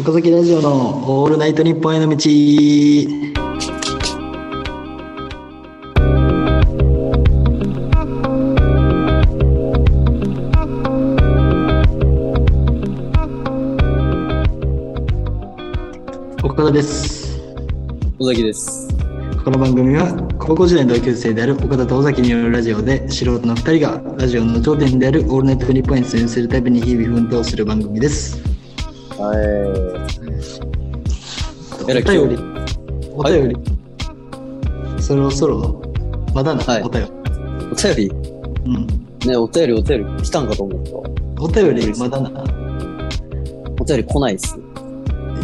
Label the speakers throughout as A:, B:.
A: 岡崎ラジオのオールナイト日本への道。岡田です。
B: 尾崎です。
A: この番組は高校時代の同級生である岡田と尾崎によるラジオで素人の2人がラジオの頂点であるオールナイト日本へ出演するたびに日々奮闘する番組です。
B: はい。
A: お
B: えら
A: 便
B: い今
A: り、お便り、そろそろ、まだな、
B: はい
A: お便り。
B: お便
A: うん
B: り、ね、お便りお便り来たんかと思った。
A: お便りまだな
B: お便り来ないっす。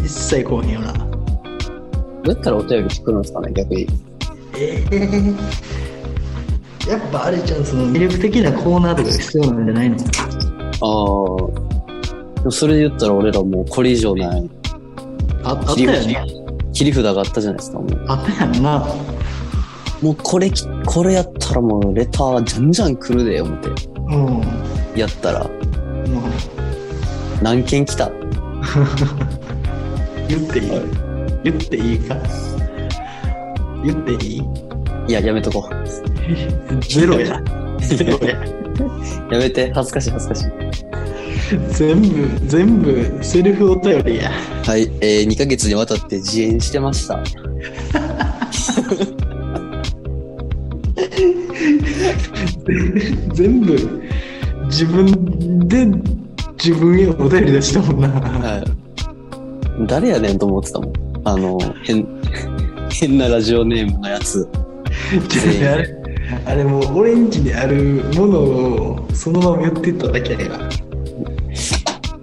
A: 一切来おへんよな
B: どうやったらお便り来るんですかね、逆に。
A: ええ やっぱあれちゃんその魅力的なコーナーとか必要なんじゃないの
B: あー。でもそれで言ったら俺らもうこれ以上ない。
A: ああったよね
B: 切り札があったじゃないですか、もう。
A: あったやんな
B: もうこれき、これやったらもうレターじゃんじゃん来るで、思って。
A: うんも
B: やったら、
A: う
B: 何件来た
A: 言っていい、
B: は
A: 言っていいか言っていい
B: いや、やめとこう。
A: ゼロや ゼロや
B: やめて、恥ずかしい恥ずかしい。
A: 全部全部セルフお便りや
B: はい、えー、2ヶ月にわたって自演してました。
A: 全部自分で自分へお便り出したもんな、
B: はい。誰やねんと思ってたもん。あの、変、変なラジオネームのやつ。全員
A: あれあれもうオレンジにあるものをそのまま言ってただけやから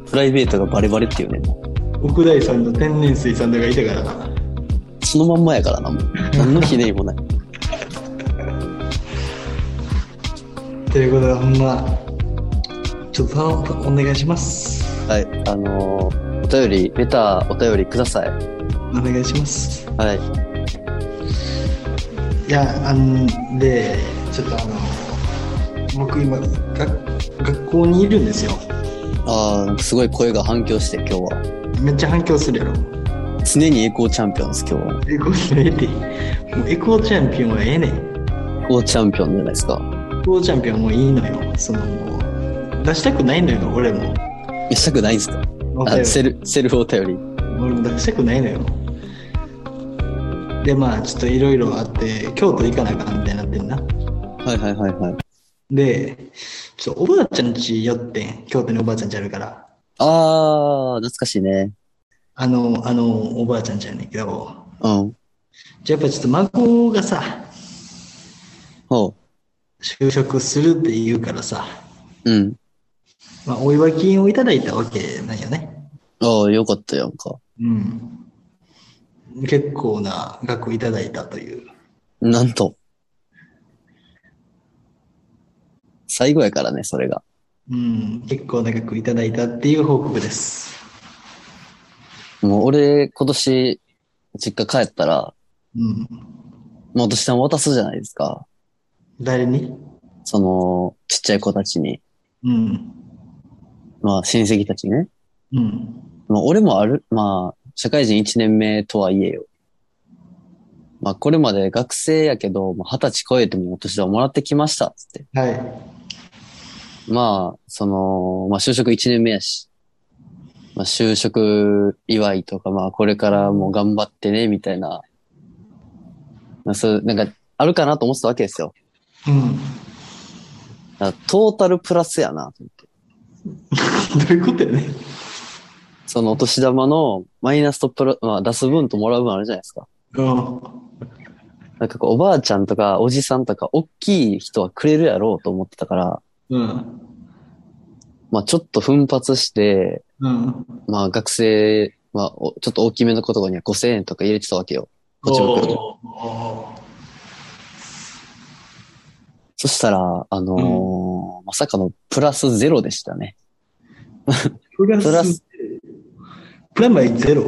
B: プライベートがバレバレっていうね。も
A: 奥大さんの天然水さんとかいたからな
B: うそのまんまやからな、もう。何のひねりもない。
A: ということでほんまちょっと頼むお願いします
B: はい。あのーお便り、レター、お便りください。
A: お願いします
B: はい。
A: いやあんでちょっとあの僕今が学校にいるんですよ
B: あー、すごい声が反響して、今日は。
A: めっちゃ反響するやろ
B: 常にエコーチャンピオンです、今日は。
A: エコーエテもうエコーチャンピオンはええねんエ
B: エコーチャンピオンじゃないですか。
A: コーチャンピオンもういいのよそのもう出したくないのよ俺も
B: えしたくないんすか
A: お便
B: あ
A: り
B: セル、セルフお便り。
A: 俺も出したくないのよでまあちょっといろいろあって京都行かなあかんみたいになってんな
B: はいはいはいはい。
A: でちょっとおばあちゃん家寄ってん京都におばあちゃん家あるから
B: あー、懐かしいね。
A: あのあのおばあちゃん家やねんけど
B: うん。
A: じゃあやっぱちょっと孫がさ
B: ほ
A: 就職するって言うからさ、
B: う。うん。
A: まあ、お祝い金をいただいたわけなんよね
B: ああ、よかったやんか。
A: うん結構な額いただいたという
B: なんと。最後やからね、それが。
A: うん結構な額いただいたっていう報告です
B: もう俺、今年、実家帰ったら、
A: うん
B: もうお年玉渡すじゃないですか。
A: 誰に
B: その、ちっちゃい子たちに。
A: うん。
B: まあ、親戚たちにね。
A: うん。
B: まあ、俺もある、まあ、社会人1年目とはいえよ。まあ、これまで学生やけど、まあ、20歳超えてもお年玉もらってきました、つって。
A: はい。
B: まあ、その、まあ、就職1年目やし、まあ、就職祝いとか、まあ、これからも頑張ってね、みたいな、まあ、そう、なんか、あるかなと思ってたわけですよ。
A: うん。
B: だからトータルプラスやな、と思って。
A: どういうことやね。
B: そのお年玉のマイナスとプラ、まあ、出す分ともらう分あるじゃないですか。
A: うん。
B: なんかこう、おばあちゃんとか、おじさんとか、大きい人はくれるやろうと思ってたから、
A: うん。
B: まあ、ちょっと奮発して、
A: うん。
B: まあ、学生、まあ、おちょっと大きめの子とかには5000円とか入れてたわけよ。こっち袋に。
A: おー
B: そしたら、あのーまさかのプラスゼロでしたね。
A: プラ
B: プラ
A: ス
B: ス、
A: プラマイゼロ。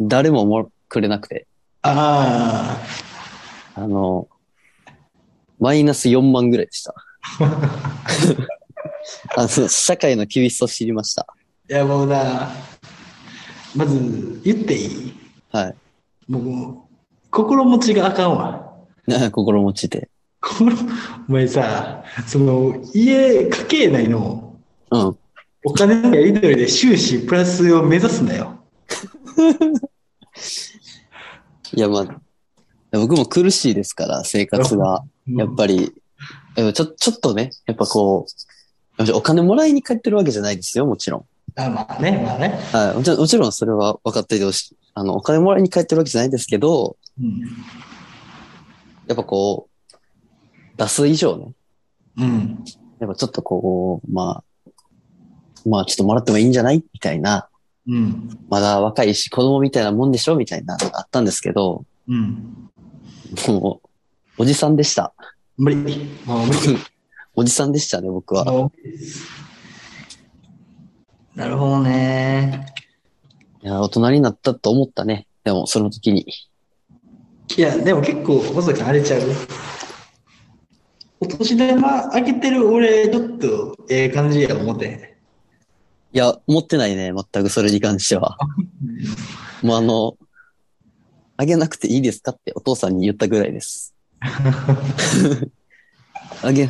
B: 誰ももくれなくて、
A: あ
B: あのーマイナス4万ぐらいでした。あの、社会の厳しさを知りました。
A: あ。いやもうな、まず、言っていい
B: はい。
A: 僕、心持ちがあかんわ。
B: 心持ちで。
A: 心、お前さ、その、家、家計内の
B: うん。
A: お金のやり取りで収支プラスを目指すんだよ。
B: いや、まあ、僕も苦しいですから、生活が。やっぱり、でもちょ、ちょっとね、やっぱこう、お金もらいに帰ってるわけじゃないですよ、もちろん。
A: あ、まあね、まあね。
B: はい。もちろん、もちろんそれは分かっていてほしい。あの、お金もらいに帰ってるわけじゃないですけど、
A: うん。
B: やっぱこう、出す以上ね。
A: うん。
B: やっぱちょっとこう、まあ、まあちょっともらってもいいんじゃないみたいな。
A: うん。
B: まだ若いし、子供みたいなもんでしょみたいなのがあったんですけど、
A: うん。
B: もう、おじさんでした。
A: 無理。もう無理。
B: おじさんでしたね、僕は。
A: もう無理ですなるほどね。
B: いや、大人になったと思ったね。でも、その時に。
A: いや、でも結構、細崎さん荒れちゃう。お年玉開けてる俺、ちょっと、ええ感じや思って。
B: いや、思ってないね、全くそれに関しては。もうあの、あげなくていいですかってお父さんに言ったぐらいです。あげ、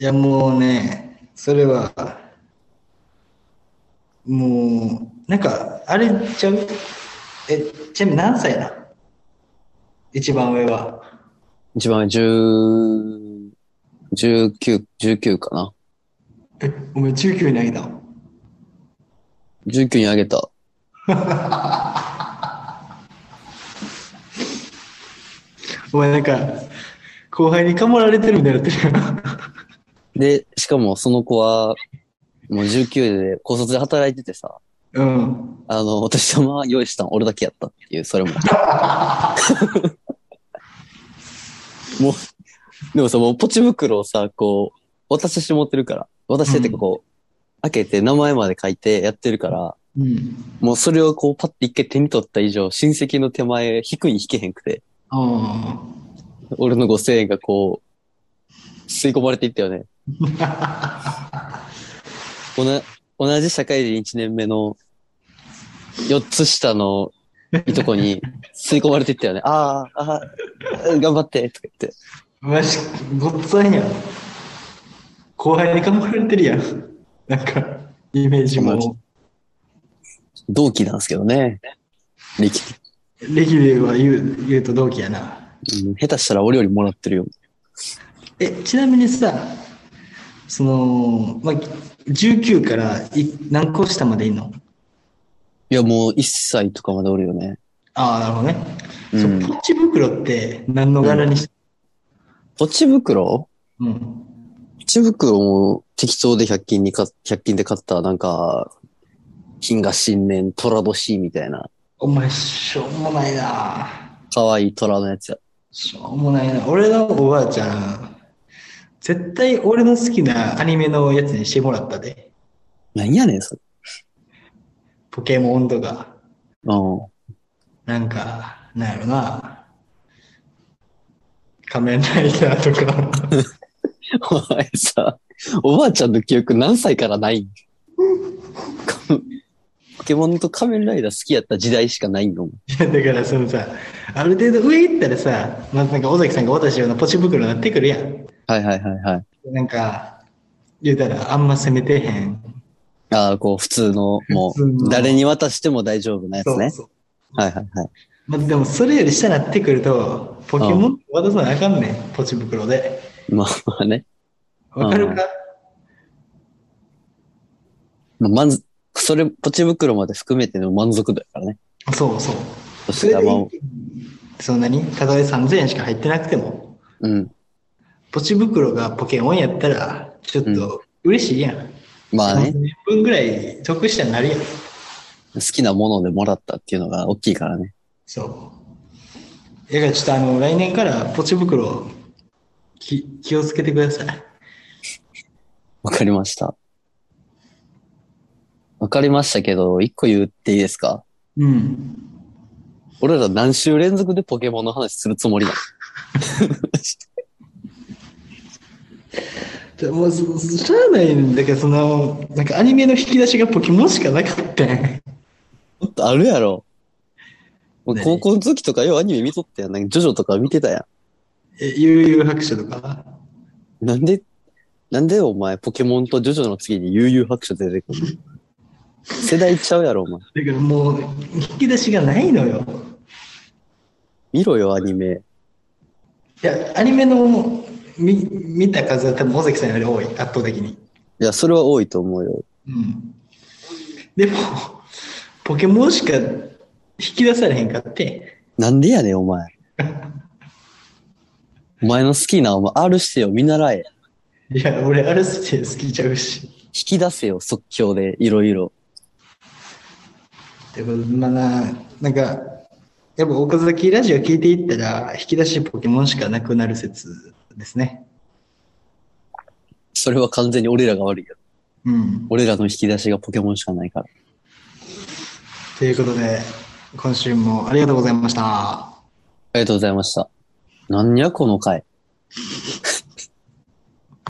A: いや、もうね、それは、もう、なんか、あれちゃうえ、ちなみに何歳な一番上は。
B: 一番十、十九、十九かな。
A: え、お前19にあげたの
B: 十九にあげた。
A: お前なんか、後輩にかもられてるみたいになってるやん。
B: で、しかもその子は、もう十九で高卒で働いててさ、
A: うん。
B: あの、お年玉用意したの俺だけやったっていう、それも。もう、でもさ、もうポチ袋をさ、こう、渡してしもってるから、渡してってかこう、開けて名前まで書いてやってるから、
A: うん。
B: もうそれをこうパッて一回手に取った以上、親戚の手前、引くに引けへんくて、
A: ああ。
B: 俺の5000円がこう、吸い込まれていったよね。おな同じ社会人1年目の4つ下のいとこに吸い込まれていったよね。ああ、ああ、頑張って、とか言って。
A: マジ、ごっつぁんやん。後輩に頑張られてるやん。なんか、イメージも。
B: 同期なんですけどね。歴、
A: レギュレーは言う言うと同期やな。
B: うん下手したら俺よりもらってるよ。
A: え、ちなみにさ、その、まあ、19からい何個下までいんの
B: いや、もう1歳とかまでおるよね。
A: ああ、なるほどね。
B: う
A: そうんポチ袋って何の柄にし
B: ポチ袋
A: うん。
B: ポチ袋も適当で100均にか、100均で買った、なんか、金が新年、虎年みたいな、
A: お前、しょうもないな。
B: 可愛い虎のやつや。
A: しょうもないな。俺のおばあちゃん、絶対俺の好きなアニメのやつにしてもらったで。
B: なんやねん、それ。
A: ポケモンとか。
B: うん。
A: なんか、なんやろな。仮面ライダーとか。
B: お前さ、おばあちゃんの記憶何歳からないん かポケモンと仮面ライダー好きやった時代しかないの
A: いや、 だからそのさ、ある程度上行ったらさ、まあ、なんか尾崎さんが渡したようなポチ袋になってくるやん。
B: はいはいはいはい。
A: なんか、言うたらあんま攻めてへん。
B: ああ、こう普通の、も
A: 普通の
B: う、誰に渡しても大丈夫なやつね。
A: そう。
B: はいはいはい。
A: まあ、でもそれより下になってくると、ポケモン渡さなあかんねん、ポチ袋で。
B: まあまあね。
A: わかるか、
B: まあ満足それ、ポチ袋まで含めての満足だからね。
A: そうそう。そ
B: そして
A: れ
B: あ
A: で
B: まあ、
A: いい、そんなにたとえ3000円しか入ってなくても、
B: うん。
A: ポチ袋がポケモンやったら、ちょっと嬉しいやん。
B: まあね
A: 30、分ぐらい得したになるやん。
B: 好きなものでもらったっていうのが大きいからね。
A: そう。だからちょっとあの、来年からポチ袋き、気をつけてください。
B: わかりました。わかりましたけど、一個言っていいですか
A: うん。
B: 俺ら何週連続でポケモンの話するつもりなの
A: でもう、そしゃあないんだけど、その、なんかアニメの引き出しがポケモンしかなか ったん。
B: もっとあるやろ。もう
A: 何
B: 高校の時とかようアニメ見とったやん。なんかジョジョとか見てたや
A: え、悠々白書とか
B: ん。なんで、なんでお前ポケモンとジョジョの次に悠々白書出てくるの世代ちゃうやろ、お前。
A: だからもう、引き出しがないのよ。
B: 見ろよ、アニメ。
A: いや、アニメの見見た数は多分尾崎さんより多い、圧倒的に。
B: いや、それは多いと思うよ。
A: うん。でも、ポケモンしか引き出されへんかって。
B: なんでやねん、お前。お前の好きな、お前、R してよ、見習え。
A: いや、俺、アルステ好きちゃうし。
B: 引き出せよ、即興で、いろいろ。
A: でも、まあな、なんか、やっぱ岡崎ラジオ聞いていったら、引き出しポケモンしかなくなる説ですね。
B: それは完全に俺らが悪いよ。
A: うん。
B: 俺らの引き出しがポケモンしかないから。
A: ということで、今週もありがとうございました。
B: ありがとうございました。なんや、この回。